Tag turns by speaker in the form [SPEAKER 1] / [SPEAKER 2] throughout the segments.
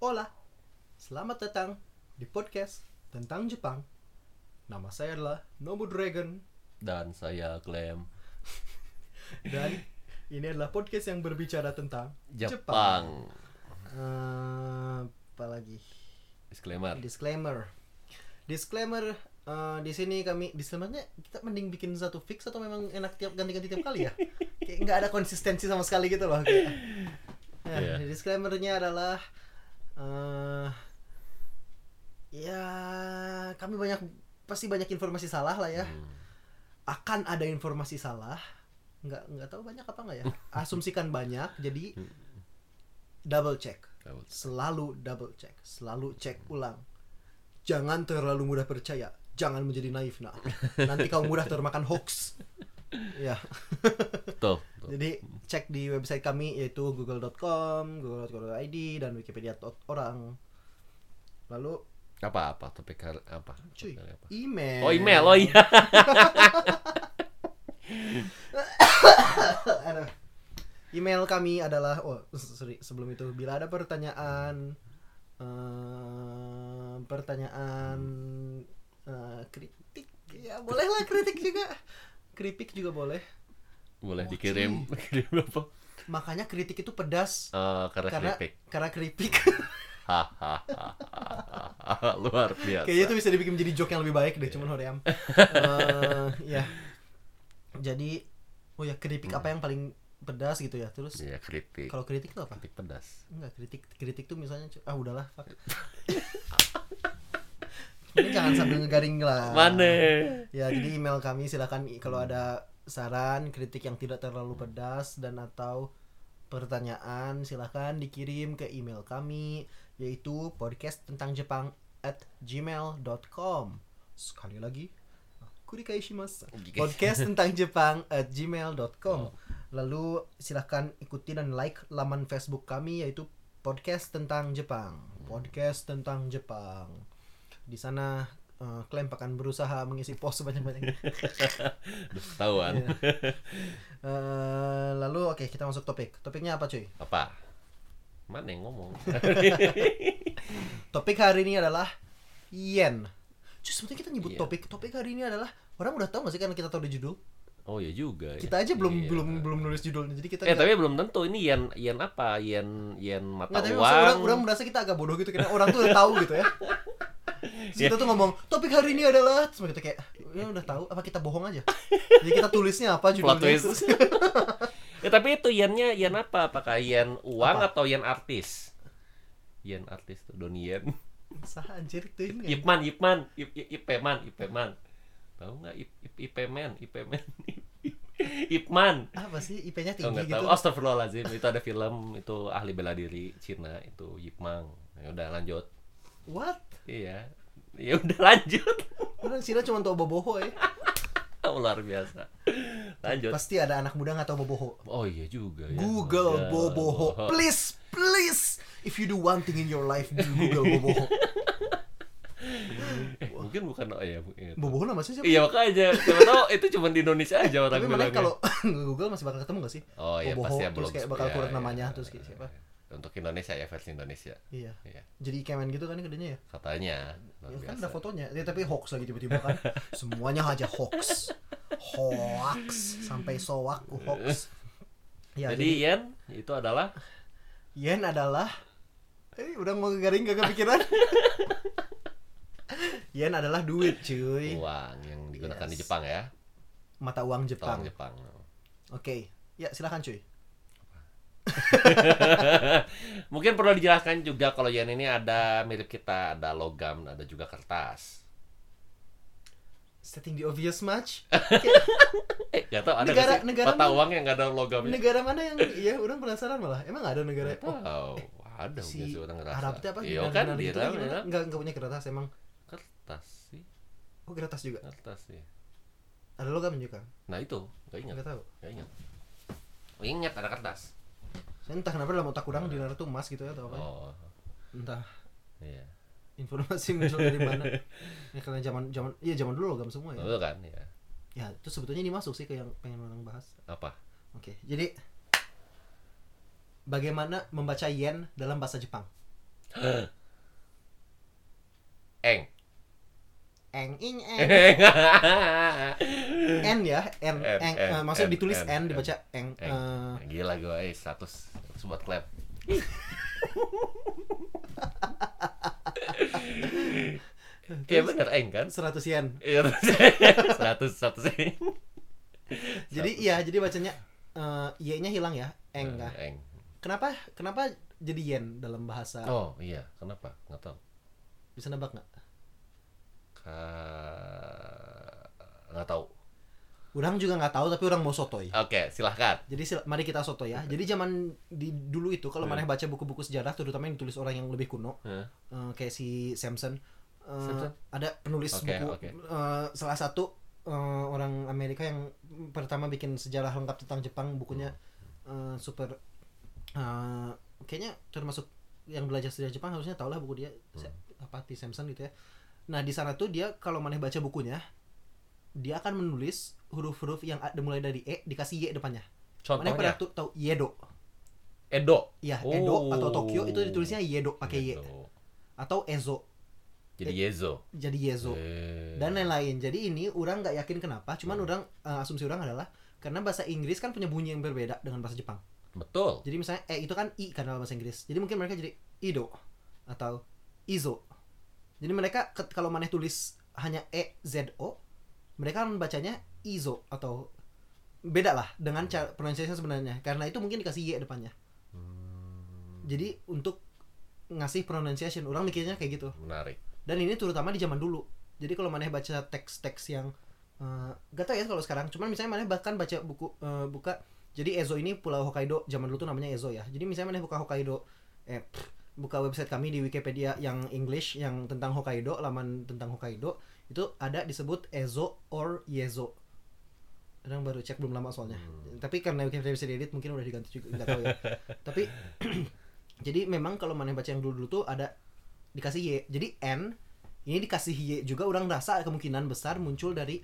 [SPEAKER 1] Hola, selamat datang di podcast tentang Jepang. Nama saya adalah Nobu Dragon
[SPEAKER 2] dan saya klaim
[SPEAKER 1] dan ini adalah podcast yang berbicara tentang Jepang.
[SPEAKER 2] Jepang.
[SPEAKER 1] Eh, apa lagi?
[SPEAKER 2] Disclaimer.
[SPEAKER 1] Disclaimer. Disclaimer eh, di sini kami disclaimernya kita mending bikin satu fix atau memang enak tiap ganti-ganti tiap kali ya? Kayak nggak ada konsistensi sama sekali gitu loh. Kayak. Nah,
[SPEAKER 2] Iya.
[SPEAKER 1] jadi disclaimernya adalah eh ya kami banyak pasti banyak informasi salah lah ya.
[SPEAKER 2] Hmm.
[SPEAKER 1] Akan ada informasi salah. Nggak nggak tahu banyak apa nggak ya. Asumsikan banyak. Jadi
[SPEAKER 2] Hmm.
[SPEAKER 1] double check
[SPEAKER 2] Tahu.
[SPEAKER 1] selalu double check, selalu cek ulang. Jangan terlalu mudah percaya, jangan menjadi naif nah. Nanti kau mudah termakan hoax. Ya,
[SPEAKER 2] Betul. betul.
[SPEAKER 1] jadi cek di website kami yaitu google.com, google.co.id dan wikipedia.orang. Lalu
[SPEAKER 2] Apa apa topik hari apa?
[SPEAKER 1] cuy,
[SPEAKER 2] Topik hari apa?
[SPEAKER 1] email.
[SPEAKER 2] Oh email, oh iya.
[SPEAKER 1] Aduh. Email kami adalah oh sorry sebelum itu bila ada pertanyaan eh, pertanyaan eh, kritik ya bolehlah kritik juga kritik juga boleh
[SPEAKER 2] Boleh
[SPEAKER 1] Oh,
[SPEAKER 2] dikirim kirim apa?
[SPEAKER 1] makanya kritik itu pedas
[SPEAKER 2] Eh, karena
[SPEAKER 1] karena
[SPEAKER 2] keripik.
[SPEAKER 1] karena kritik
[SPEAKER 2] Hahaha. Luar biasa.
[SPEAKER 1] kayaknya itu bisa dibikin menjadi joke yang lebih baik deh
[SPEAKER 2] Iya.
[SPEAKER 1] cuman hoream Eh, ya jadi oh ya kritik apa yang paling pedas gitu ya terus
[SPEAKER 2] Iya, Hmm. keripik.
[SPEAKER 1] kalau kritik itu apa
[SPEAKER 2] Keripik pedas.
[SPEAKER 1] Enggak kritik kritik tuh misalnya cu- ah udahlah fuck. Ini jangan sambil ngegaring lah.
[SPEAKER 2] Mana?
[SPEAKER 1] Ya jadi email kami silakan i- kalau ada saran kritik yang tidak terlalu pedas dan atau pertanyaan silakan dikirim ke email kami yaitu podcast tentang Jepang at gmail.com sekali lagi kurikai shimasu podcast tentang Jepang at
[SPEAKER 2] Oh.
[SPEAKER 1] gmail.com lalu silahkan ikuti dan like laman Facebook kami yaitu podcast tentang Jepang podcast tentang Jepang di sana eh, klaim akan berusaha mengisi post sebanyak banyaknya
[SPEAKER 2] Duh, Ketahuan.
[SPEAKER 1] Iya. Eh, lalu oke kita masuk topik topiknya apa cuy
[SPEAKER 2] Apa? Mana yang ngomong?
[SPEAKER 1] topik hari ini adalah yen cuy sebetulnya kita nyebut
[SPEAKER 2] Iya.
[SPEAKER 1] topik topik hari ini adalah orang udah tahu gak sih karena kita tahu di judul
[SPEAKER 2] Oh ya juga. ya.
[SPEAKER 1] kita aja belum
[SPEAKER 2] Iya.
[SPEAKER 1] belum belum nulis judulnya jadi kita
[SPEAKER 2] Eh
[SPEAKER 1] nggak-
[SPEAKER 2] tapi belum tentu ini yen yen apa? Yen yen mata
[SPEAKER 1] Nggak, tapi
[SPEAKER 2] uang.
[SPEAKER 1] maksudnya orang, orang merasa kita agak bodoh gitu karena orang tuh udah tahu gitu ya. Terus
[SPEAKER 2] Iya.
[SPEAKER 1] kita tuh ngomong topik hari ini adalah terus kita kayak ya udah tahu apa kita bohong aja. Jadi kita tulisnya apa judulnya
[SPEAKER 2] Plot twist.
[SPEAKER 1] terus.
[SPEAKER 2] Ya tapi itu yennya yen apa? Apakah yen uang
[SPEAKER 1] Apa?
[SPEAKER 2] atau yen artis? Yen artis tuh Doni Yen.
[SPEAKER 1] Sah anjir tuh ini. ya.
[SPEAKER 2] Ipman, Ipman, Ip, Ip, Ipeman, Ipeman. Tahu nggak Ip, Ip, Ipeman, Ipeman, Ipman.
[SPEAKER 1] Apa sih IP-nya
[SPEAKER 2] Oh
[SPEAKER 1] tinggi
[SPEAKER 2] nggak
[SPEAKER 1] gitu?
[SPEAKER 2] tahu. Astagfirullahaladzim itu ada film itu ahli bela diri Cina itu Yip Mang. Ya udah lanjut.
[SPEAKER 1] What?
[SPEAKER 2] Iya. Ya udah lanjut. Oh,
[SPEAKER 1] Orang Cina cuma tahu boboho ya.
[SPEAKER 2] Luar biasa. Lanjut.
[SPEAKER 1] Pasti ada anak muda nggak tahu boboho.
[SPEAKER 2] Oh iya juga ya.
[SPEAKER 1] Google boboho. Please, please. If you do one thing in your life, do Google boboho.
[SPEAKER 2] Eh, mungkin bukan oh ya. bu- iya.
[SPEAKER 1] Boboho nama siapa?
[SPEAKER 2] Iya makanya siapa tahu itu cuma di Indonesia aja orang
[SPEAKER 1] Tapi makanya
[SPEAKER 2] bilangnya.
[SPEAKER 1] kalau Google masih bakal ketemu gak sih?
[SPEAKER 2] oh iya
[SPEAKER 1] Boboho,
[SPEAKER 2] pasti ya
[SPEAKER 1] terus
[SPEAKER 2] belum
[SPEAKER 1] kayak bakal
[SPEAKER 2] ya,
[SPEAKER 1] kurang
[SPEAKER 2] ya,
[SPEAKER 1] namanya,
[SPEAKER 2] ya,
[SPEAKER 1] terus kayak
[SPEAKER 2] ya,
[SPEAKER 1] siapa?
[SPEAKER 2] ya. Untuk Indonesia ya versi Indonesia.
[SPEAKER 1] Iya.
[SPEAKER 2] Iya.
[SPEAKER 1] Jadi ikemen gitu kan gedenya ya?
[SPEAKER 2] Katanya. luar
[SPEAKER 1] Ya, kan
[SPEAKER 2] biasa.
[SPEAKER 1] ada fotonya, ya, tapi hoax lagi tiba-tiba kan. Semuanya aja hoax. Hoax sampai soak hoax. Ya,
[SPEAKER 2] jadi,
[SPEAKER 1] jadi,
[SPEAKER 2] yen itu adalah
[SPEAKER 1] yen adalah eh udah mau garing gak kepikiran. yen adalah duit, cuy.
[SPEAKER 2] uang yang digunakan di
[SPEAKER 1] Yes.
[SPEAKER 2] Jepang ya.
[SPEAKER 1] Mata uang
[SPEAKER 2] Tolong
[SPEAKER 1] Jepang. Oke.
[SPEAKER 2] Jepang.
[SPEAKER 1] Ya, silakan cuy.
[SPEAKER 2] Mungkin perlu dijelaskan juga kalau yen ini ada mirip kita, ada logam, ada juga kertas.
[SPEAKER 1] Setting the obvious match.
[SPEAKER 2] Eh, gak tau ada
[SPEAKER 1] Negara-
[SPEAKER 2] negara,
[SPEAKER 1] negara
[SPEAKER 2] mata
[SPEAKER 1] mana?
[SPEAKER 2] uang yang gak ada logamnya.
[SPEAKER 1] Negara mana yang ya orang penasaran malah. Emang ada negara Oh,
[SPEAKER 2] Nggak tahu. ada
[SPEAKER 1] si
[SPEAKER 2] Oh, biasa orang ngerasa.
[SPEAKER 1] Arab itu apa?
[SPEAKER 2] Iya kan,
[SPEAKER 1] Dinar-dinar
[SPEAKER 2] di
[SPEAKER 1] gitu
[SPEAKER 2] Iran,
[SPEAKER 1] gimana?
[SPEAKER 2] Iran.
[SPEAKER 1] Enggak enggak punya kertas emang.
[SPEAKER 2] kertas sih,
[SPEAKER 1] Oh, kertas juga.
[SPEAKER 2] kertas sih.
[SPEAKER 1] Ada logam juga.
[SPEAKER 2] Nah itu, gak ingat.
[SPEAKER 1] Enggak tahu.
[SPEAKER 2] Gak ingat. Oh, Ingat ada kertas.
[SPEAKER 1] Saya entah kenapa dalam otak orang dinar itu emas gitu ya atau apa.
[SPEAKER 2] Iya.
[SPEAKER 1] Oh,
[SPEAKER 2] Oh,
[SPEAKER 1] Entah
[SPEAKER 2] iya.
[SPEAKER 1] informasi muncul dari mana. ya karena zaman zaman iya zaman dulu logam semua ya.
[SPEAKER 2] Betul kan ya.
[SPEAKER 1] Ya, itu sebetulnya ini masuk sih ke yang pengen orang bahas.
[SPEAKER 2] Apa?
[SPEAKER 1] Oke. Jadi bagaimana membaca yen dalam bahasa Jepang?
[SPEAKER 2] Eng.
[SPEAKER 1] Eng ing eng.
[SPEAKER 2] Eng.
[SPEAKER 1] N ya, N.
[SPEAKER 2] N,
[SPEAKER 1] Eng.
[SPEAKER 2] N,
[SPEAKER 1] Eh, maksudnya
[SPEAKER 2] N,
[SPEAKER 1] ditulis
[SPEAKER 2] N,
[SPEAKER 1] N,
[SPEAKER 2] N.
[SPEAKER 1] dibaca eng.
[SPEAKER 2] Eng.
[SPEAKER 1] Eh,
[SPEAKER 2] Gila gue, eh, status, status buat clap. Iya
[SPEAKER 1] Terus?
[SPEAKER 2] bener eng kan?
[SPEAKER 1] 100 yen.
[SPEAKER 2] Iya, status status eng.
[SPEAKER 1] Jadi iya, jadi bacanya eh Y-nya hilang ya, eng kah?
[SPEAKER 2] Eng.
[SPEAKER 1] Kenapa? Kenapa jadi yen dalam bahasa?
[SPEAKER 2] Oh iya, kenapa? Nggak tahu.
[SPEAKER 1] Bisa nebak nggak?
[SPEAKER 2] Ka... Nggak tahu.
[SPEAKER 1] Orang juga nggak tahu tapi orang mau sotoy.
[SPEAKER 2] Oke, silahkan.
[SPEAKER 1] Jadi sil- mari kita soto ya. Jadi zaman di dulu itu kalau
[SPEAKER 2] Hmm.
[SPEAKER 1] mana baca buku-buku sejarah terutama yang ditulis orang yang lebih kuno
[SPEAKER 2] Hah?
[SPEAKER 1] eh, kayak si Samson. Eh,
[SPEAKER 2] Samson?
[SPEAKER 1] ada penulis
[SPEAKER 2] Oke,
[SPEAKER 1] buku
[SPEAKER 2] oke.
[SPEAKER 1] eh, salah satu eh, orang Amerika yang pertama bikin sejarah lengkap tentang Jepang bukunya eh, super eh, kayaknya termasuk yang belajar sejarah Jepang harusnya tau lah buku dia
[SPEAKER 2] Hmm.
[SPEAKER 1] Se- apa T. Samson gitu ya. Nah di sana tuh dia kalau maneh baca bukunya dia akan menulis huruf-huruf yang ada mulai dari e dikasih y depannya. Mana yang pada
[SPEAKER 2] Contohnya
[SPEAKER 1] tuh tahu Yedo.
[SPEAKER 2] Edo.
[SPEAKER 1] Iya, Edo
[SPEAKER 2] Oh.
[SPEAKER 1] atau Tokyo itu ditulisnya Yedo pakai Y
[SPEAKER 2] Edo.
[SPEAKER 1] atau Ezo
[SPEAKER 2] Jadi Yezo.
[SPEAKER 1] jadi Yezo
[SPEAKER 2] Eh.
[SPEAKER 1] dan lain-lain. Jadi ini orang nggak yakin kenapa, cuman
[SPEAKER 2] Hmm.
[SPEAKER 1] orang eh, asumsi orang adalah karena bahasa Inggris kan punya bunyi yang berbeda dengan bahasa Jepang.
[SPEAKER 2] Betul.
[SPEAKER 1] Jadi misalnya e itu kan i kan dalam bahasa Inggris. Jadi mungkin mereka jadi Ido atau Izo. Jadi mereka ke- kalau maneh tulis hanya e z o, mereka akan bacanya Izo atau beda lah dengan cara pronunciation sebenarnya. Karena itu mungkin dikasih y depannya.
[SPEAKER 2] Hmm,
[SPEAKER 1] Jadi untuk ngasih pronunciation orang mikirnya kayak gitu.
[SPEAKER 2] Hmm. Menarik.
[SPEAKER 1] Dan ini terutama di zaman dulu. Jadi kalau maneh baca teks-teks yang eh, gak tau ya kalau sekarang. Cuman misalnya maneh bahkan baca buku eh, buka jadi Ezo ini pulau Hokkaido zaman dulu tuh namanya Ezo ya. Jadi misalnya maneh buka Hokkaido eh pff, buka website kami di Wikipedia yang English yang tentang Hokkaido, laman tentang Hokkaido itu ada disebut Ezo or Yezo. Orang baru cek belum lama soalnya. Tapi karena Wikipedia bisa diedit mungkin udah diganti juga nggak tahu ya. Tapi jadi memang kalau maneh baca yang dulu-dulu tuh ada dikasih Y. Jadi N ini dikasih Y juga orang rasa kemungkinan besar muncul dari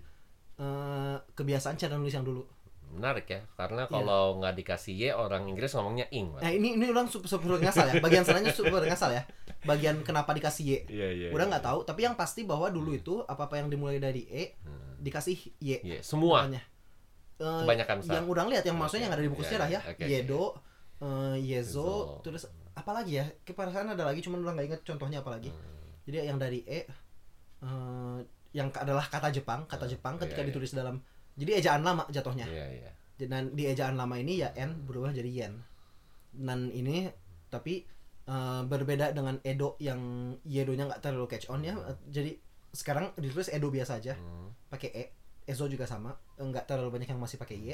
[SPEAKER 1] eh, kebiasaan cara nulis yang dulu.
[SPEAKER 2] Menarik ya, karena
[SPEAKER 1] Iya.
[SPEAKER 2] kalau nggak dikasih Y orang Inggris ngomongnya ing. Mas.
[SPEAKER 1] Nah, ini ini orang super, super ngasal ya. Bagian salahnya super ngasal ya. Bagian kenapa dikasih Y.
[SPEAKER 2] Iya, iya.
[SPEAKER 1] Orang nggak tahu, tapi yang pasti bahwa dulu itu apa-apa yang dimulai dari E
[SPEAKER 2] Hmm.
[SPEAKER 1] dikasih Y.
[SPEAKER 2] Iya, semua.
[SPEAKER 1] Makanya. Eh,
[SPEAKER 2] Kebanyakan besar.
[SPEAKER 1] yang orang lihat yang maksudnya
[SPEAKER 2] Oke.
[SPEAKER 1] yang ada di buku
[SPEAKER 2] Iya,
[SPEAKER 1] sejarah ya.
[SPEAKER 2] iya. Oke, oke.
[SPEAKER 1] Yedo, eh, Yezo,
[SPEAKER 2] Yezo.
[SPEAKER 1] terus apalagi ya? Keparasan ada lagi cuman orang nggak inget contohnya
[SPEAKER 2] Hmm,
[SPEAKER 1] apalagi. Jadi yang dari E eh, yang ka- adalah kata Jepang, kata
[SPEAKER 2] Hmm,
[SPEAKER 1] Jepang ketika
[SPEAKER 2] iya, iya.
[SPEAKER 1] ditulis dalam jadi ejaan lama jatuhnya.
[SPEAKER 2] Iya, iya.
[SPEAKER 1] Dan di ejaan lama ini ya N berubah jadi Yen. Dan ini tapi eh, berbeda dengan Edo yang Yedonya nggak terlalu catch on ya. Jadi sekarang ditulis Edo biasa aja
[SPEAKER 2] Hmm.
[SPEAKER 1] pakai E. Ezo juga sama, nggak terlalu banyak yang masih pakai Y.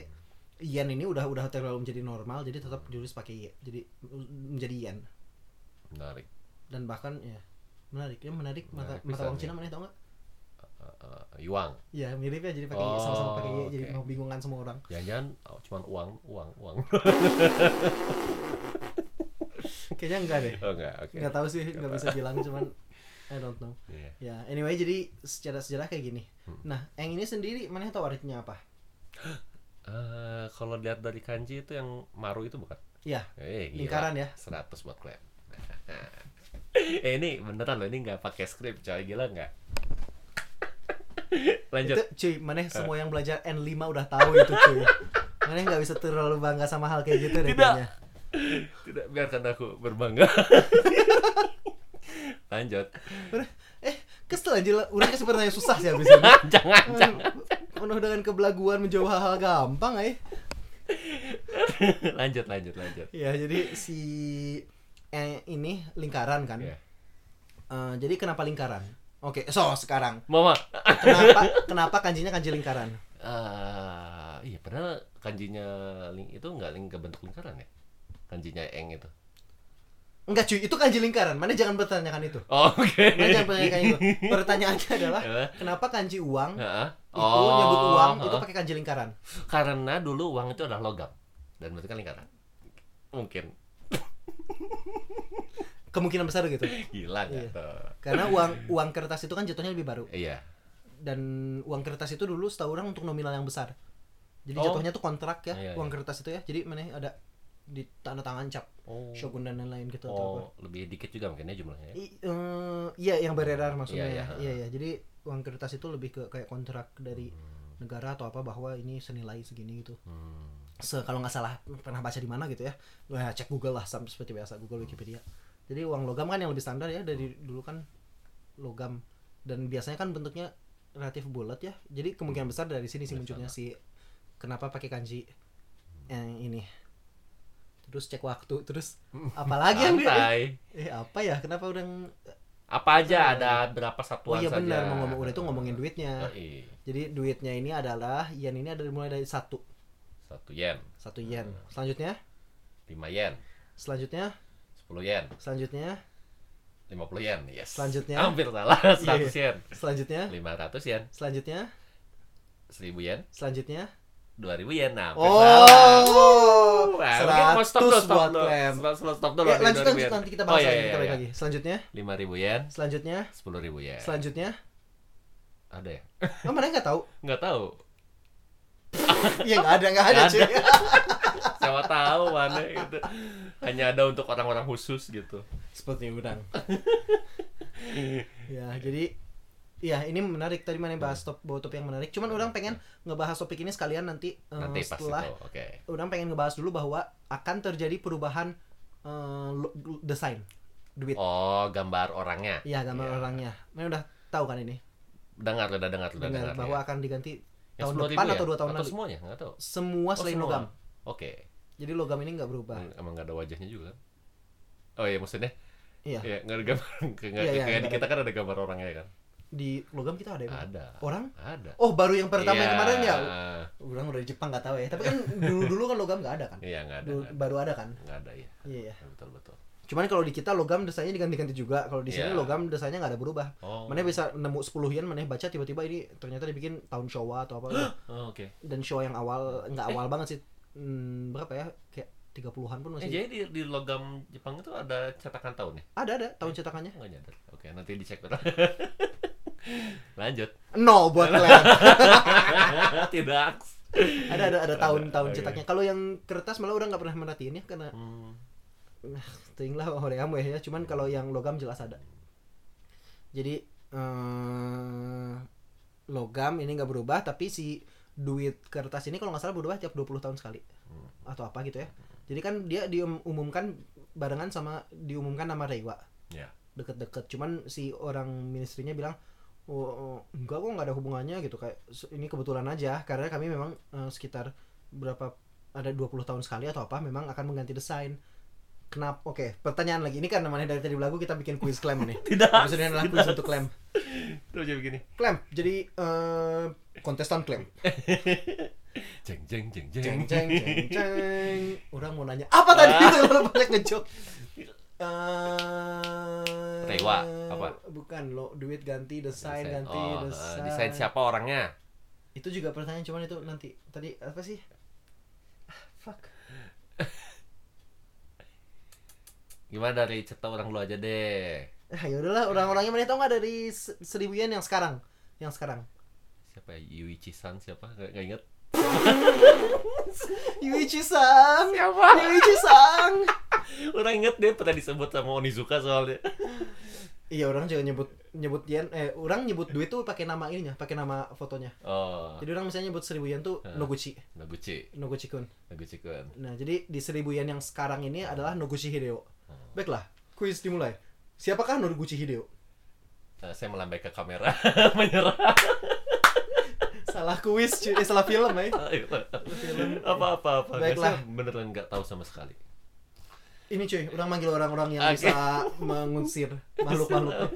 [SPEAKER 1] Yen ini udah udah terlalu menjadi normal, jadi tetap ditulis pakai Y. Jadi menjadi Yen.
[SPEAKER 2] Menarik.
[SPEAKER 1] Dan bahkan ya menarik, ya menarik mata,
[SPEAKER 2] Menarik
[SPEAKER 1] mata
[SPEAKER 2] pisan
[SPEAKER 1] uang
[SPEAKER 2] ya.
[SPEAKER 1] Cina mana tau nggak?
[SPEAKER 2] Eh, eh, Yuang.
[SPEAKER 1] Ya mirip ya, jadi pakai Y
[SPEAKER 2] Oh,
[SPEAKER 1] sama-sama pakai Y, jadi
[SPEAKER 2] oke.
[SPEAKER 1] mau bingungan semua orang.
[SPEAKER 2] Jangan-jangan oh, cuman uang, uang, uang.
[SPEAKER 1] Kayaknya enggak deh,
[SPEAKER 2] oh enggak, oke.
[SPEAKER 1] nggak tahu sih,
[SPEAKER 2] Nggak
[SPEAKER 1] nggak
[SPEAKER 2] apa.
[SPEAKER 1] bisa bilang, cuman I don't know.
[SPEAKER 2] Iya.
[SPEAKER 1] Ya anyway, jadi secara sejarah kayak gini.
[SPEAKER 2] Hmm.
[SPEAKER 1] Nah, yang ini sendiri mana tahu artinya apa?
[SPEAKER 2] Eh, kalau lihat dari kanji itu yang maru itu bukan?
[SPEAKER 1] Ya,
[SPEAKER 2] Eh, gila.
[SPEAKER 1] lingkaran ya.
[SPEAKER 2] 100 buat klep. eh ini beneran loh ini nggak pakai skrip coy gila nggak? Lanjut.
[SPEAKER 1] Itu
[SPEAKER 2] Eh.
[SPEAKER 1] cuy, mana semua yang belajar N5 udah tahu itu cuy. Mana nggak bisa terlalu bangga sama hal kayak gitu deh
[SPEAKER 2] Tidak.
[SPEAKER 1] kayaknya.
[SPEAKER 2] Tidak biarkan aku berbangga. Lanjut.
[SPEAKER 1] Eh, kesel aja lah. Orang kasih pertanyaan susah sih habis ini.
[SPEAKER 2] jangan jangan.
[SPEAKER 1] Penuh dengan kebelaguan menjauh hal-hal gampang eh.
[SPEAKER 2] lanjut lanjut lanjut.
[SPEAKER 1] Ya, jadi si eh, ini lingkaran kan.
[SPEAKER 2] Iya.
[SPEAKER 1] Eh, jadi kenapa lingkaran? Oke, so sekarang
[SPEAKER 2] Mama.
[SPEAKER 1] kenapa kenapa kanjinya kanji lingkaran?
[SPEAKER 2] Ah, iya padahal kanjinya ling itu nggak ling nggak bentuk lingkaran ya? Kanjinya eng itu.
[SPEAKER 1] Enggak cuy, itu kanji lingkaran. Mana jangan pertanyakan itu.
[SPEAKER 2] Oh, Oke.
[SPEAKER 1] Mana jangan pertanyakan itu. Pertanyaannya adalah
[SPEAKER 2] Eh,
[SPEAKER 1] kenapa kanji uang
[SPEAKER 2] heeh.
[SPEAKER 1] itu
[SPEAKER 2] Oh,
[SPEAKER 1] nyebut uang
[SPEAKER 2] heeh.
[SPEAKER 1] itu kan- pakai kanji lingkaran?
[SPEAKER 2] karena dulu uang itu adalah logam dan berarti kan lingkaran. Mungkin
[SPEAKER 1] Kemungkinan besar gitu.
[SPEAKER 2] gila nggak
[SPEAKER 1] Iya.
[SPEAKER 2] tuh?
[SPEAKER 1] Karena uang uang kertas itu kan jatuhnya lebih baru.
[SPEAKER 2] Iya.
[SPEAKER 1] dan uang kertas itu dulu setahu orang untuk nominal yang besar. Jadi
[SPEAKER 2] Oh.
[SPEAKER 1] jatuhnya tuh kontrak ya,
[SPEAKER 2] Iya,
[SPEAKER 1] uang kertas itu ya. Jadi mana ada di tanda tangan cap
[SPEAKER 2] Oh.
[SPEAKER 1] shogun dan lain-lain gitu atau apa
[SPEAKER 2] Oh, lebih dikit juga mungkin ya jumlahnya. ya.
[SPEAKER 1] I- eh, iya yang beredar maksudnya
[SPEAKER 2] Iya,
[SPEAKER 1] ya
[SPEAKER 2] iya.
[SPEAKER 1] iya iya jadi uang kertas itu lebih ke kayak kontrak dari negara atau apa bahwa ini senilai segini gitu
[SPEAKER 2] Hmm.
[SPEAKER 1] se kalau nggak salah pernah baca di mana gitu ya Nah, cek Google lah sam- seperti biasa Google Wikipedia jadi uang logam kan yang lebih standar ya dari dulu kan logam dan biasanya kan bentuknya relatif bulat ya jadi kemungkinan besar dari sini sih
[SPEAKER 2] Dari
[SPEAKER 1] munculnya si kenapa pakai kanji yang ini terus cek waktu terus apalagi yang di-
[SPEAKER 2] Santai.
[SPEAKER 1] eh apa ya kenapa udah ng-
[SPEAKER 2] Apa aja ada berapa
[SPEAKER 1] oh
[SPEAKER 2] satuan
[SPEAKER 1] iya
[SPEAKER 2] saja.
[SPEAKER 1] benar mau ngomong udah itu ngomongin duitnya
[SPEAKER 2] Yoi.
[SPEAKER 1] jadi duitnya ini adalah yen ini ada mulai dari satu
[SPEAKER 2] Satu yen,
[SPEAKER 1] satu yen selanjutnya
[SPEAKER 2] lima yen,
[SPEAKER 1] selanjutnya
[SPEAKER 2] sepuluh yen,
[SPEAKER 1] selanjutnya
[SPEAKER 2] lima puluh yen, yes.
[SPEAKER 1] Selanjutnya. Iya.
[SPEAKER 2] Hampir salah, seratus yen,
[SPEAKER 1] selanjutnya
[SPEAKER 2] lima ratus yen,
[SPEAKER 1] selanjutnya
[SPEAKER 2] seribu yen,
[SPEAKER 1] selanjutnya
[SPEAKER 2] dua ribu yen. Nah, hampir salah.
[SPEAKER 1] oh
[SPEAKER 2] Wah, mungkin mau stop dulu,
[SPEAKER 1] seratus
[SPEAKER 2] stop
[SPEAKER 1] buat
[SPEAKER 2] dulu.
[SPEAKER 1] klaim
[SPEAKER 2] Stop, stop, stop dulu.
[SPEAKER 1] ya, lanjut
[SPEAKER 2] 2000
[SPEAKER 1] lanjut
[SPEAKER 2] yen.
[SPEAKER 1] nanti kita
[SPEAKER 2] Oh
[SPEAKER 1] bahas
[SPEAKER 2] iya,
[SPEAKER 1] lagi
[SPEAKER 2] iya,
[SPEAKER 1] kita balik
[SPEAKER 2] iya.
[SPEAKER 1] lagi selanjutnya
[SPEAKER 2] Lima ribu yen,
[SPEAKER 1] selanjutnya
[SPEAKER 2] sepuluh ribu yen.
[SPEAKER 1] selanjutnya
[SPEAKER 2] Ada ya?
[SPEAKER 1] oh mana nggak tahu
[SPEAKER 2] Nggak tahu.
[SPEAKER 1] iya nggak ada nggak ada
[SPEAKER 2] Nggak
[SPEAKER 1] cuy
[SPEAKER 2] ada. Siapa tahu mana gitu. Hanya ada untuk orang-orang khusus gitu.
[SPEAKER 1] seperti udang ya jadi ya ini menarik tadi mana yang bahas top bawa topik yang menarik cuman orang pengen ngebahas topik ini sekalian nanti, eh,
[SPEAKER 2] Nanti pasti
[SPEAKER 1] setelah
[SPEAKER 2] tahu. Oke.
[SPEAKER 1] orang pengen ngebahas dulu bahwa akan terjadi perubahan eh, lo- desain duit
[SPEAKER 2] Oh, gambar orangnya.
[SPEAKER 1] Iya gambar
[SPEAKER 2] Iya.
[SPEAKER 1] orangnya. Mana udah tahu kan ini?
[SPEAKER 2] Dengar, udah dengar, udah dengar.
[SPEAKER 1] Dengar bahwa
[SPEAKER 2] ya.
[SPEAKER 1] akan diganti
[SPEAKER 2] Yang
[SPEAKER 1] tahun
[SPEAKER 2] 10.000
[SPEAKER 1] depan
[SPEAKER 2] ya?
[SPEAKER 1] atau dua tahun
[SPEAKER 2] atau
[SPEAKER 1] lalu.
[SPEAKER 2] semuanya, nggak tahu.
[SPEAKER 1] Semua
[SPEAKER 2] Oh,
[SPEAKER 1] selain
[SPEAKER 2] semua.
[SPEAKER 1] logam. Nah.
[SPEAKER 2] Oke.
[SPEAKER 1] Jadi logam ini nggak berubah.
[SPEAKER 2] Hmm, Emang nggak ada wajahnya juga. Oh iya maksudnya?
[SPEAKER 1] Iya.
[SPEAKER 2] Iya, nggak ada gambar. nggak-
[SPEAKER 1] Iya, iya,
[SPEAKER 2] kayak di
[SPEAKER 1] nggak
[SPEAKER 2] kita kan ada gambar orangnya kan?
[SPEAKER 1] Di logam kita ada ya?
[SPEAKER 2] Ada.
[SPEAKER 1] Orang?
[SPEAKER 2] Ada.
[SPEAKER 1] Oh baru yang pertama
[SPEAKER 2] Iya.
[SPEAKER 1] yang kemarin ya? Orang udah di Jepang nggak tahu ya. Tapi kan dulu dulu kan logam nggak ada kan?
[SPEAKER 2] Iya, nggak ada.
[SPEAKER 1] Dulu-
[SPEAKER 2] nggak ada.
[SPEAKER 1] baru ada kan?
[SPEAKER 2] Nggak ada ya.
[SPEAKER 1] Iya. iya.
[SPEAKER 2] Betul betul.
[SPEAKER 1] Cuman kalau di kita logam desainnya diganti-ganti juga. Kalau di sini
[SPEAKER 2] Iya.
[SPEAKER 1] logam desainnya nggak ada berubah.
[SPEAKER 2] Oh.
[SPEAKER 1] Mana bisa nemu 10 yen, mana baca tiba-tiba ini ternyata dibikin tahun Showa atau apa gitu.
[SPEAKER 2] Oh, Oke.
[SPEAKER 1] Dan Showa yang awal
[SPEAKER 2] Eh.
[SPEAKER 1] nggak awal banget sih. Hmm, berapa ya? Kayak 30-an pun
[SPEAKER 2] Eh,
[SPEAKER 1] masih.
[SPEAKER 2] jadi di, di logam Jepang itu ada cetakan tahun ya?
[SPEAKER 1] Ada ada tahun cetakannya.
[SPEAKER 2] Nggak nyadar. Oke, nanti dicek dulu. Lanjut.
[SPEAKER 1] No buat kalian.
[SPEAKER 2] Tidak.
[SPEAKER 1] ada ada ada tahun-tahun
[SPEAKER 2] Oke.
[SPEAKER 1] cetaknya. Kalau yang kertas malah orang nggak pernah merhatiin ya karena nah,
[SPEAKER 2] Hmm.
[SPEAKER 1] ting lah oleh kamu ya. Cuman
[SPEAKER 2] Iya.
[SPEAKER 1] kalau yang logam jelas ada. Jadi eh, logam ini nggak berubah tapi si duit kertas ini kalau nggak salah berubah tiap 20 tahun sekali
[SPEAKER 2] Hmm.
[SPEAKER 1] atau apa gitu ya. Jadi kan dia diumumkan barengan sama diumumkan nama Rewa.
[SPEAKER 2] Ya.
[SPEAKER 1] deket-deket cuman si orang ministrinya bilang oh, oh, enggak kok nggak ada hubungannya gitu kayak "Se- ini kebetulan aja karena kami memang eh, sekitar berapa ada 20 tahun sekali atau apa memang akan mengganti desain kenapa oke pertanyaan lagi ini kan namanya dari tadi lagu kita bikin kuis klaim nih
[SPEAKER 2] Tidak.
[SPEAKER 1] maksudnya adalah kuis untuk klaim
[SPEAKER 2] Terus jadi begini.
[SPEAKER 1] klaim jadi eh, kontestan klaim
[SPEAKER 2] Jeng jeng jeng jeng.
[SPEAKER 1] ceng ceng ceng ceng orang mau nanya apa tadi
[SPEAKER 2] Ah.
[SPEAKER 1] itu lo banyak ngejok Eh,
[SPEAKER 2] Rewa, apa?
[SPEAKER 1] bukan lo duit ganti desain
[SPEAKER 2] Desain.
[SPEAKER 1] ganti
[SPEAKER 2] Oh, eh,
[SPEAKER 1] desain.
[SPEAKER 2] desain siapa orangnya?
[SPEAKER 1] itu juga pertanyaan cuman itu nanti tadi apa sih Ah, fuck
[SPEAKER 2] Gimana dari cerita orang lu aja deh.
[SPEAKER 1] ah ya udahlah orang-orangnya mana tau nggak dari se- seribu yen yang sekarang yang sekarang
[SPEAKER 2] Siapa ya? Yuichi San siapa? Nggak, nggak inget.
[SPEAKER 1] Yuichi Sang
[SPEAKER 2] Siapa?
[SPEAKER 1] Yuichi Sang
[SPEAKER 2] Orang inget deh pernah disebut sama Onizuka soalnya.
[SPEAKER 1] iya orang juga nyebut nyebut yen eh orang nyebut duit tuh pakai nama ininya pakai nama fotonya
[SPEAKER 2] Oh,
[SPEAKER 1] jadi orang misalnya nyebut seribu yen tuh
[SPEAKER 2] Heeh.
[SPEAKER 1] Noguchi
[SPEAKER 2] Noguchi,
[SPEAKER 1] Noguchi kun
[SPEAKER 2] Noguchi kun.
[SPEAKER 1] Nah, jadi di seribu yen yang sekarang ini adalah Noguchi Hideo. Baiklah, kuis dimulai. Siapakah Noguchi Hideo?
[SPEAKER 2] Eh, saya melambai ke kamera, menyerah.
[SPEAKER 1] Salah kuis, cuy. Eh, salah film, ya.
[SPEAKER 2] Gitu. apa apa apa.
[SPEAKER 1] Baiklah.
[SPEAKER 2] Saya beneran nggak tahu sama sekali.
[SPEAKER 1] Ini cuy, orang manggil orang-orang yang
[SPEAKER 2] Oke.
[SPEAKER 1] bisa mengusir makhluk-makhluk.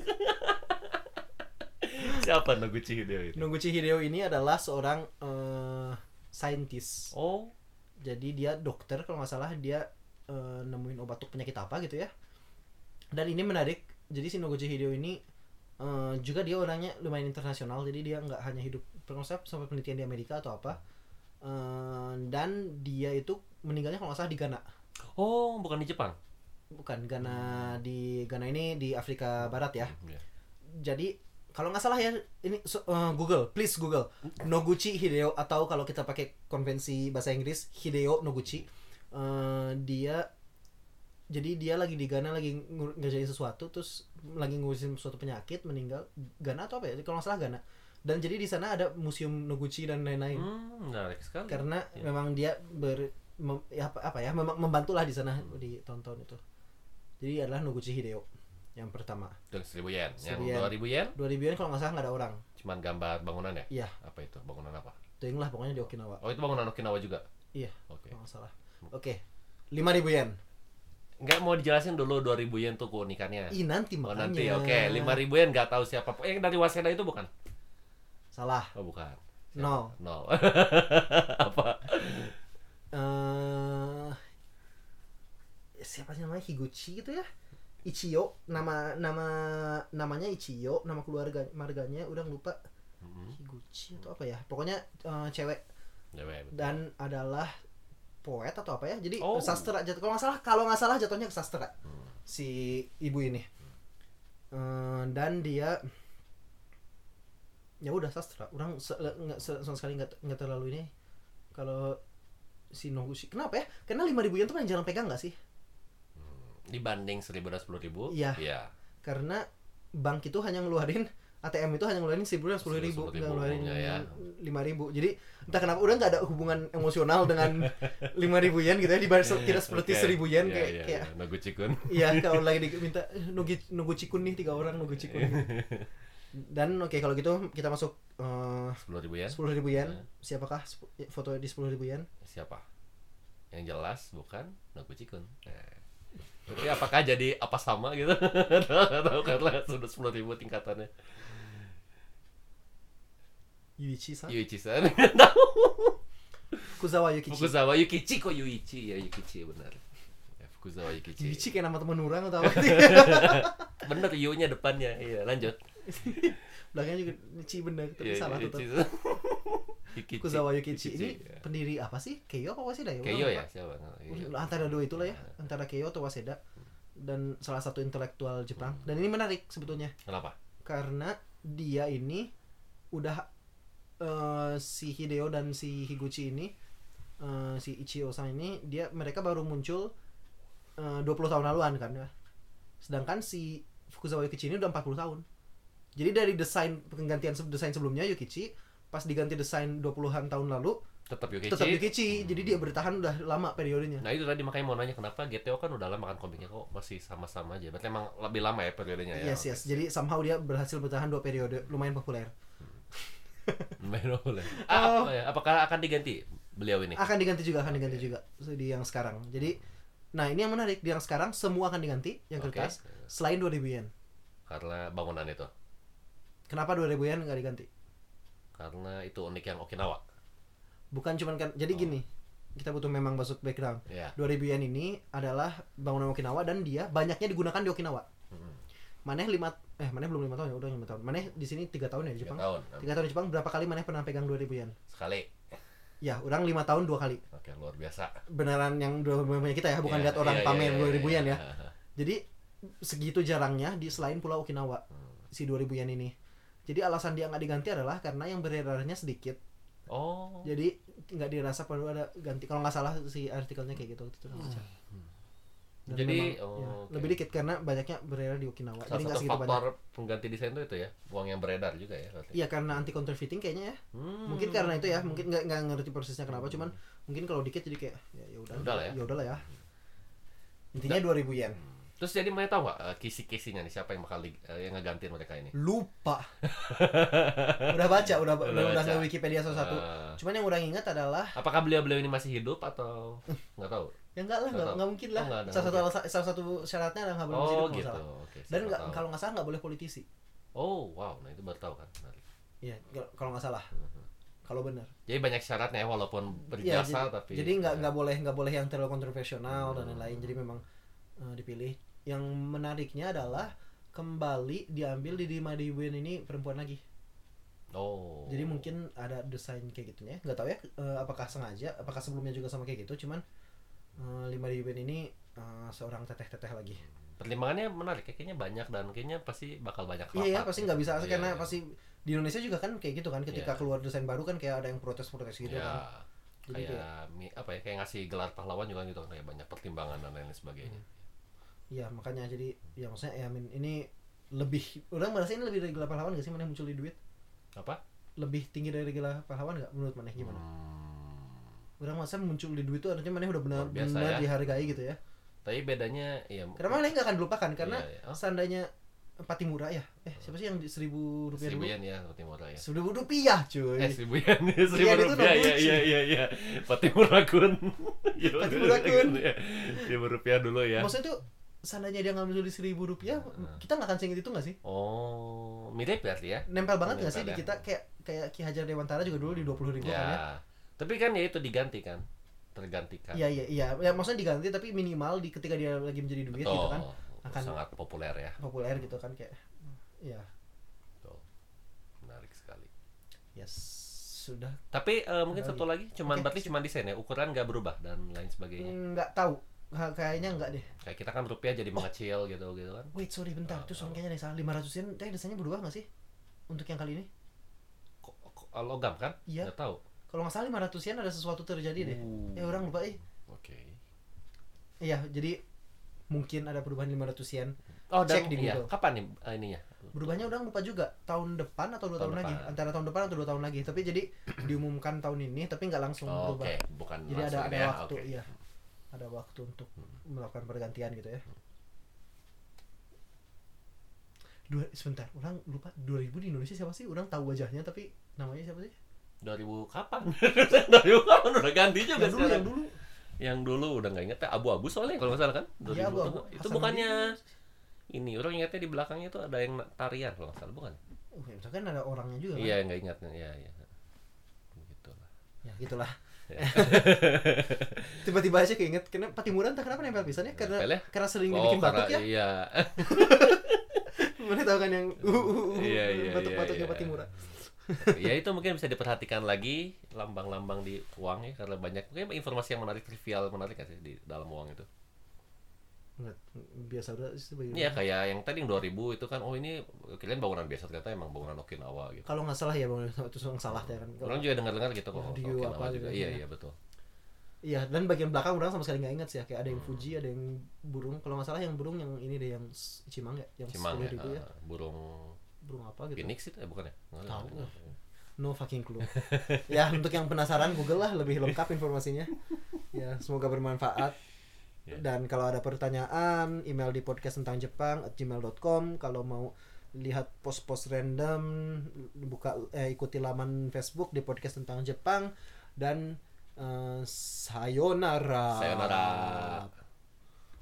[SPEAKER 2] Siapa Noguchi Hideo itu?
[SPEAKER 1] Noguchi Hideo ini adalah seorang eh, saintis.
[SPEAKER 2] Oh,
[SPEAKER 1] Jadi dia dokter kalau nggak salah dia eh, nemuin obat untuk penyakit apa gitu ya. Dan ini menarik. Jadi si Noguchi Hideo ini eh, juga dia orangnya lumayan internasional. Jadi dia nggak hanya hidup perkonsep sampai penelitian di Amerika atau apa. Eh, dan dia itu meninggalnya kalau nggak salah di Ghana.
[SPEAKER 2] oh bukan di Jepang.
[SPEAKER 1] Bukan Ghana di Ghana ini di Afrika Barat ya.
[SPEAKER 2] Ya.
[SPEAKER 1] Jadi kalau nggak salah ya ini so- eh, Google, please Google Noguchi Hideo atau kalau kita pakai konvensi bahasa Inggris Hideo Noguchi eh, dia jadi dia lagi di Ghana lagi ngur- ngerjain sesuatu terus lagi ngurusin suatu penyakit meninggal Ghana atau apa ya kalau nggak salah Ghana dan jadi di sana ada museum Noguchi dan lain-lain
[SPEAKER 2] Hmm, menarik sekali.
[SPEAKER 1] karena
[SPEAKER 2] Iya.
[SPEAKER 1] memang dia ber mem- ya apa, apa ya memang membantulah di sana ditonton itu jadi adalah Noguchi Hideo yang pertama
[SPEAKER 2] Dengan 1000 yen. Yang
[SPEAKER 1] 1000 yen. 2000
[SPEAKER 2] 2000 yen
[SPEAKER 1] yen kalau nggak salah nggak ada orang
[SPEAKER 2] cuman gambar bangunan ya?
[SPEAKER 1] Iya.
[SPEAKER 2] Apa itu? Bangunan apa?
[SPEAKER 1] tuing lah pokoknya di Okinawa
[SPEAKER 2] Oh, itu bangunan Okinawa juga.
[SPEAKER 1] Iya.
[SPEAKER 2] Oke.
[SPEAKER 1] kalau nggak salah oke 5000 yen
[SPEAKER 2] Nggak mau dijelasin dulu 2000 yen tuh keunikannya.
[SPEAKER 1] Ih nanti
[SPEAKER 2] Oh,
[SPEAKER 1] Iya, makanya.
[SPEAKER 2] nanti oke, 5000 yen nggak tahu siapa. Eh, dari Waseda itu bukan?
[SPEAKER 1] Salah.
[SPEAKER 2] Oh, bukan.
[SPEAKER 1] Nol.
[SPEAKER 2] Nol. apa?
[SPEAKER 1] eh siapa sih namanya Higuchi gitu ya? Ichiyo nama nama namanya Ichiyo nama keluarga marganya udah lupa
[SPEAKER 2] Mm-mm.
[SPEAKER 1] Higuchi atau apa ya pokoknya eh, cewek
[SPEAKER 2] Ya, ya, betul.
[SPEAKER 1] dan adalah poet atau apa ya jadi
[SPEAKER 2] Oh.
[SPEAKER 1] sastra jatuh kalau nggak salah kalau nggak salah jatuhnya ke sastra
[SPEAKER 2] Hmm.
[SPEAKER 1] si ibu ini Eh, dan dia ya udah sastra orang se- nggak se- sama sekali nggak nggak terlalu ini kalau si Noguchi kenapa ya karena 5000 yen tuh paling jarang pegang nggak sih
[SPEAKER 2] Dibanding 1000 dan 10.000?
[SPEAKER 1] Iya.
[SPEAKER 2] Iya.
[SPEAKER 1] karena bank itu hanya ngeluarin ATM itu hanya ngeluarin seribu dan sepuluh ribu,
[SPEAKER 2] 10.000,
[SPEAKER 1] nggak ngeluarin
[SPEAKER 2] ya, ya.
[SPEAKER 1] lima ribu. Jadi entah kenapa udah nggak ada hubungan emosional dengan lima ribu yen gitu ya. Dibayar se- kita seperti
[SPEAKER 2] Iya, Oke.
[SPEAKER 1] seribu yen
[SPEAKER 2] Iya,
[SPEAKER 1] kayak
[SPEAKER 2] iya,
[SPEAKER 1] kayak
[SPEAKER 2] iya. Noguchi-kun.
[SPEAKER 1] Iya, kalau lagi diminta nunggu nunggu cikun nih tiga orang nunggu cikun. Dan oke kalau gitu kita masuk eh,
[SPEAKER 2] sepuluh ribu yen
[SPEAKER 1] sepuluh ribu yen.
[SPEAKER 2] Ya.
[SPEAKER 1] Siapakah sepu- foto di sepuluh ribu yen?
[SPEAKER 2] siapa yang jelas bukan Noguchi-kun nah. tapi apakah jadi apa sama gitu nggak tahu karena sudah sepuluh ribu tingkatannya
[SPEAKER 1] Yuichi san,
[SPEAKER 2] Yuichi san nggak tahu
[SPEAKER 1] Kuzawa Yukichi.
[SPEAKER 2] Fukuzawa Yukichi kok Yuichi ya Yukichi benar ya, Fukuzawa Yukichi
[SPEAKER 1] Yuichi kayak nama temen orang atau apa? sih?
[SPEAKER 2] bener Yu nya depannya iya lanjut
[SPEAKER 1] Belakangnya juga Yuichi bener, tapi
[SPEAKER 2] Iya,
[SPEAKER 1] salah tuh.
[SPEAKER 2] Yuichi. Yukichi
[SPEAKER 1] Kuzawa Yukichi ini
[SPEAKER 2] ya.
[SPEAKER 1] pendiri apa sih? Keio apa Waseda ya?
[SPEAKER 2] Keio
[SPEAKER 1] Orang
[SPEAKER 2] ya siapa Nggak tahu. Iya.
[SPEAKER 1] lupa. Antara dua itulah ya, antara Keio atau Waseda dan salah satu intelektual Jepang.
[SPEAKER 2] Hmm.
[SPEAKER 1] Dan ini menarik sebetulnya
[SPEAKER 2] kenapa
[SPEAKER 1] karena dia ini udah eh, si Hideo dan si Higuchi ini eh, si Ichiyo san ini dia mereka baru muncul eh, 20 tahun laluan kan ya. Sedangkan si Fukuzawa Yukichi ini udah 40 tahun. Jadi dari desain penggantian se- desain sebelumnya Yukichi pas diganti desain 20-an tahun lalu
[SPEAKER 2] tetap Yukichi Hmm.
[SPEAKER 1] tetap Yukichi. Jadi dia bertahan udah lama periodenya.
[SPEAKER 2] Nah itu tadi makanya mau nanya kenapa GTO kan udah lama kan komiknya kok masih sama-sama aja. Berarti emang lebih lama ya periodenya ya.
[SPEAKER 1] Yes, yes. Jadi somehow dia berhasil bertahan dua periode, lumayan populer.
[SPEAKER 2] Main bola. Ah, apa ya? Apakah akan diganti beliau ini?
[SPEAKER 1] Oh. akan diganti juga akan diganti juga di yang sekarang jadi nah ini yang menarik di yang sekarang semua akan diganti yang
[SPEAKER 2] Oke.
[SPEAKER 1] kertas selain 2000 yen
[SPEAKER 2] Karena bangunan itu.
[SPEAKER 1] kenapa 2000 yen nggak diganti
[SPEAKER 2] Karena itu unik yang Okinawa.
[SPEAKER 1] bukan cuman kan
[SPEAKER 2] Oh.
[SPEAKER 1] jadi gini kita butuh memang masuk background
[SPEAKER 2] Ya.
[SPEAKER 1] 2000 yen ini adalah bangunan Okinawa dan dia banyaknya digunakan di Okinawa
[SPEAKER 2] Hmm.
[SPEAKER 1] maneh lima eh maneh belum lima tahun ya udah lima tahun maneh di sini tiga tahun ya di
[SPEAKER 2] Tiga
[SPEAKER 1] Jepang
[SPEAKER 2] tahun.
[SPEAKER 1] tiga tahun di Jepang berapa kali maneh pernah pegang 2000 yen
[SPEAKER 2] Sekali.
[SPEAKER 1] ya orang lima tahun dua kali
[SPEAKER 2] Oke, luar biasa.
[SPEAKER 1] beneran yang dua punya kita ya bukan
[SPEAKER 2] Ya,
[SPEAKER 1] lihat orang
[SPEAKER 2] iya,
[SPEAKER 1] pamer
[SPEAKER 2] iya, iya,
[SPEAKER 1] 2000 yen ya
[SPEAKER 2] iya.
[SPEAKER 1] Jadi segitu jarangnya di selain Pulau Okinawa
[SPEAKER 2] Hmm.
[SPEAKER 1] si 2000 yen ini. Jadi alasan dia nggak diganti adalah karena yang beredarnya sedikit.
[SPEAKER 2] Oh.
[SPEAKER 1] Jadi nggak dirasa perlu ada ganti. Kalau nggak salah si artikelnya kayak gitu. gitu.
[SPEAKER 2] Hmm.
[SPEAKER 1] Dan
[SPEAKER 2] Jadi
[SPEAKER 1] memang,
[SPEAKER 2] oh,
[SPEAKER 1] ya,
[SPEAKER 2] oke.
[SPEAKER 1] lebih dikit karena banyaknya beredar di Okinawa.
[SPEAKER 2] salah
[SPEAKER 1] Jadi nggak
[SPEAKER 2] satu
[SPEAKER 1] segitu
[SPEAKER 2] faktor
[SPEAKER 1] banyak.
[SPEAKER 2] pengganti desain itu itu ya, uang yang beredar juga ya berarti.
[SPEAKER 1] Iya karena anti counterfeiting kayaknya ya.
[SPEAKER 2] Hmm.
[SPEAKER 1] Mungkin karena itu ya. Mungkin nggak nggak ngerti prosesnya kenapa. Cuman mungkin kalau dikit jadi kayak ya ya udah.
[SPEAKER 2] Udah lah Hmm. ya. Hmm.
[SPEAKER 1] Ya udahlah ya. Intinya 2000 yen.
[SPEAKER 2] Terus jadi mana tahu nggak eh, kisi-kisinya nih siapa yang bakal di- eh, yang ngegantiin mereka
[SPEAKER 1] Iya,
[SPEAKER 2] ini?
[SPEAKER 1] lupa udah baca udah udah,
[SPEAKER 2] Udah
[SPEAKER 1] udah
[SPEAKER 2] baca.
[SPEAKER 1] nge Wikipedia salah satu
[SPEAKER 2] Eh,
[SPEAKER 1] cuman yang orang ingat adalah
[SPEAKER 2] Apakah beliau-beliau ini masih hidup atau nggak tahu?
[SPEAKER 1] ya enggak lah enggak,
[SPEAKER 2] Nggak tahu.
[SPEAKER 1] enggak mungkin lah
[SPEAKER 2] Oh, nggak ada,
[SPEAKER 1] salah satu
[SPEAKER 2] nggak
[SPEAKER 1] alasan- salah satu syaratnya adalah nggak boleh masih
[SPEAKER 2] Oh
[SPEAKER 1] hidup, kalau nggak
[SPEAKER 2] gitu.
[SPEAKER 1] salah.
[SPEAKER 2] Oke.
[SPEAKER 1] dan
[SPEAKER 2] siapa
[SPEAKER 1] nggak
[SPEAKER 2] tahu.
[SPEAKER 1] kalau nggak salah nggak boleh politisi
[SPEAKER 2] Oh wow, nah itu baru tahu kan. Menarik.
[SPEAKER 1] ya nggak- kalau nggak salah
[SPEAKER 2] Hmm,
[SPEAKER 1] kalau benar
[SPEAKER 2] Jadi banyak syaratnya ya, walaupun
[SPEAKER 1] Iya,
[SPEAKER 2] berjasa
[SPEAKER 1] jadi,
[SPEAKER 2] tapi. ya. Hmm.
[SPEAKER 1] jadi nggak nggak boleh nggak boleh yang terlalu kontroversial dan lain-lain jadi memang eh, dipilih yang menariknya adalah kembali diambil di Dima Diwin ini perempuan lagi
[SPEAKER 2] Oh.
[SPEAKER 1] Jadi mungkin ada desain kayak gitunya, nggak tahu ya eh, apakah sengaja, apakah sebelumnya juga sama kayak gitu, cuman lima ribu ini eh, seorang teteh-teteh lagi.
[SPEAKER 2] pertimbangannya menarik, ya. kayaknya banyak dan kayaknya pasti bakal banyak.
[SPEAKER 1] Iya ya
[SPEAKER 2] rapat,
[SPEAKER 1] pasti
[SPEAKER 2] gitu.
[SPEAKER 1] nggak bisa
[SPEAKER 2] Iya,
[SPEAKER 1] karena
[SPEAKER 2] iya.
[SPEAKER 1] pasti di Indonesia juga kan kayak gitu kan, ketika
[SPEAKER 2] Iya.
[SPEAKER 1] keluar desain baru kan kayak ada yang protes-protes gitu
[SPEAKER 2] Iya.
[SPEAKER 1] kan. Jadi kayak-
[SPEAKER 2] kayak mi- apa ya kayak ngasih gelar pahlawan juga gitu kayak banyak pertimbangan dan lain-lain sebagainya
[SPEAKER 1] Iya makanya jadi ya maksudnya ya Min, ini lebih orang merasa ini lebih dari gelap pahlawan gak sih mana yang muncul di duit
[SPEAKER 2] apa
[SPEAKER 1] lebih tinggi dari gelap pahlawan gak menurut mana Hmm. gimana?
[SPEAKER 2] Hmm.
[SPEAKER 1] Orang merasa muncul di duit itu artinya mana udah benar
[SPEAKER 2] Luar biasa
[SPEAKER 1] benar
[SPEAKER 2] ya.
[SPEAKER 1] dihargai gitu ya.
[SPEAKER 2] tapi bedanya ya
[SPEAKER 1] Karena mana nggak akan dilupakan karena
[SPEAKER 2] Iya, iya. Oh.
[SPEAKER 1] seandainya Patimura ya eh siapa sih yang di seribu rupiah
[SPEAKER 2] seribu
[SPEAKER 1] dulu?
[SPEAKER 2] yen ya seperti murah ya
[SPEAKER 1] Seribu rupiah cuy.
[SPEAKER 2] eh seribu yen seribu
[SPEAKER 1] itu
[SPEAKER 2] rupiah ya
[SPEAKER 1] Noguchi.
[SPEAKER 2] iya iya iya Patimura kun
[SPEAKER 1] Patimura kun.
[SPEAKER 2] Iya, seribu rupiah dulu ya
[SPEAKER 1] Maksudnya tuh seandainya dia ngambil di seribu rupiah
[SPEAKER 2] Heeh.
[SPEAKER 1] kita nggak akan seinget itu nggak sih?
[SPEAKER 2] oh mirip berarti ya
[SPEAKER 1] Nempel banget nggak sih di
[SPEAKER 2] Nempel ya.
[SPEAKER 1] kita kayak kayak Ki Hajar Dewantara juga dulu di dua puluh ribu kan ya?
[SPEAKER 2] ya tapi kan ya itu diganti kan tergantikan
[SPEAKER 1] Iya iya iya. Ya maksudnya diganti tapi minimal di ketika dia lagi menjadi duit gitu kan
[SPEAKER 2] Betul.
[SPEAKER 1] Akan-
[SPEAKER 2] sangat populer ya
[SPEAKER 1] populer gitu kan kayak ya
[SPEAKER 2] Betul. menarik sekali
[SPEAKER 1] yes ya sudah
[SPEAKER 2] Tapi eh, mungkin
[SPEAKER 1] Lagi.
[SPEAKER 2] satu lagi,
[SPEAKER 1] Oke.
[SPEAKER 2] cuman
[SPEAKER 1] Hmm.
[SPEAKER 2] berarti cuman desain ya, ukuran nggak berubah dan lain sebagainya.
[SPEAKER 1] nggak tahu Nah, kayaknya nggak deh.
[SPEAKER 2] Kayak kita kan rupiah jadi mengecil gitu gitu kan.
[SPEAKER 1] Wait sorry bentar,
[SPEAKER 2] Oh,
[SPEAKER 1] itu
[SPEAKER 2] oh.
[SPEAKER 1] soalnya kayaknya ada yang salah. 500 yen, teh desainnya berubah nggak sih? Untuk yang kali ini?
[SPEAKER 2] Ko- ko- Logam kan?
[SPEAKER 1] Iya.
[SPEAKER 2] Nggak tahu.
[SPEAKER 1] Kalau nggak salah 500 yen ada sesuatu terjadi deh.
[SPEAKER 2] Uh.
[SPEAKER 1] Eh orang lupa eh.
[SPEAKER 2] Oke.
[SPEAKER 1] Iya, jadi mungkin ada perubahan 500 yen.
[SPEAKER 2] Oh,
[SPEAKER 1] Cek
[SPEAKER 2] dan
[SPEAKER 1] di
[SPEAKER 2] iya.
[SPEAKER 1] Google.
[SPEAKER 2] kapan nih eh, ininya?
[SPEAKER 1] Berubahnya orang lupa juga tahun depan atau dua
[SPEAKER 2] Tahun
[SPEAKER 1] tahun, lagi
[SPEAKER 2] depan.
[SPEAKER 1] antara tahun depan atau dua tahun lagi tapi jadi diumumkan tahun ini tapi nggak langsung
[SPEAKER 2] Oh, Oke,
[SPEAKER 1] berubah
[SPEAKER 2] bukan
[SPEAKER 1] jadi ada
[SPEAKER 2] langsung
[SPEAKER 1] ada
[SPEAKER 2] ya.
[SPEAKER 1] waktu
[SPEAKER 2] Oke. Hmm.
[SPEAKER 1] iya ada waktu untuk melakukan pergantian gitu ya dua sebentar orang lupa 2000 di Indonesia siapa sih orang tahu wajahnya tapi namanya siapa sih
[SPEAKER 2] 2000 kapan? 2000 kapan udah ganti juga
[SPEAKER 1] yang dulu
[SPEAKER 2] sekarang.
[SPEAKER 1] yang dulu
[SPEAKER 2] Yang dulu udah nggak inget ya abu-abu soalnya kalau nggak salah kan.
[SPEAKER 1] Iya,
[SPEAKER 2] 2000.
[SPEAKER 1] abu-abu.
[SPEAKER 2] Itu
[SPEAKER 1] Hasan
[SPEAKER 2] bukannya ini orang ingatnya di belakangnya tuh ada yang tarian kalau nggak salah bukan?
[SPEAKER 1] uh, ya, misalkan ada orangnya juga kan?
[SPEAKER 2] Iya nggak ingatnya, iya iya. Begitu lah.
[SPEAKER 1] ya gitulah
[SPEAKER 2] Ya.
[SPEAKER 1] tiba-tiba aja keinget karena Patimuran entah kenapa nempel pisannya karena
[SPEAKER 2] Nempel ya?
[SPEAKER 1] karena sering
[SPEAKER 2] Oh,
[SPEAKER 1] dibikin batuk ya
[SPEAKER 2] karena iya.
[SPEAKER 1] mana tahu kan yang uh, uh, uh, uh,
[SPEAKER 2] Iya, iya,
[SPEAKER 1] batuk-batuknya
[SPEAKER 2] iya, iya.
[SPEAKER 1] Patimuran
[SPEAKER 2] ya itu mungkin bisa diperhatikan lagi lambang-lambang di uang ya karena banyak mungkin informasi yang menarik trivial menarik nggak sih di dalam uang itu
[SPEAKER 1] Nggak, biasa udah sih bagi
[SPEAKER 2] Iya kayak yang tadi yang 2000 itu kan oh ini kalian bangunan biasa ternyata emang bangunan Okinawa gitu
[SPEAKER 1] kalau nggak salah ya bang itu yang salah ya kan
[SPEAKER 2] orang juga dengar-dengar gitu kok
[SPEAKER 1] Radio
[SPEAKER 2] Okinawa
[SPEAKER 1] apa
[SPEAKER 2] juga
[SPEAKER 1] gitu
[SPEAKER 2] iya
[SPEAKER 1] ya.
[SPEAKER 2] iya betul
[SPEAKER 1] Iya, dan bagian belakang orang sama sekali nggak ingat sih ya. Kayak ada yang Fuji, ada yang burung. Kalau nggak salah yang burung yang ini deh yang s- Cimang ya, yang
[SPEAKER 2] Cimang
[SPEAKER 1] sepuluh
[SPEAKER 2] ya,
[SPEAKER 1] ribu ya.
[SPEAKER 2] ah, burung
[SPEAKER 1] Burung apa gitu?
[SPEAKER 2] Phoenix itu ya bukan ya Nggak
[SPEAKER 1] Tahu.
[SPEAKER 2] nggak.
[SPEAKER 1] No fucking clue. ya, untuk yang penasaran Google lah lebih lengkap informasinya. Ya, semoga bermanfaat.
[SPEAKER 2] Ya.
[SPEAKER 1] Dan kalau ada pertanyaan, email di podcast tentang Jepang at gmail.com. Kalau mau lihat post-post random, buka eh, ikuti laman Facebook di podcast tentang Jepang dan eh, sayonara.
[SPEAKER 2] Sayonara.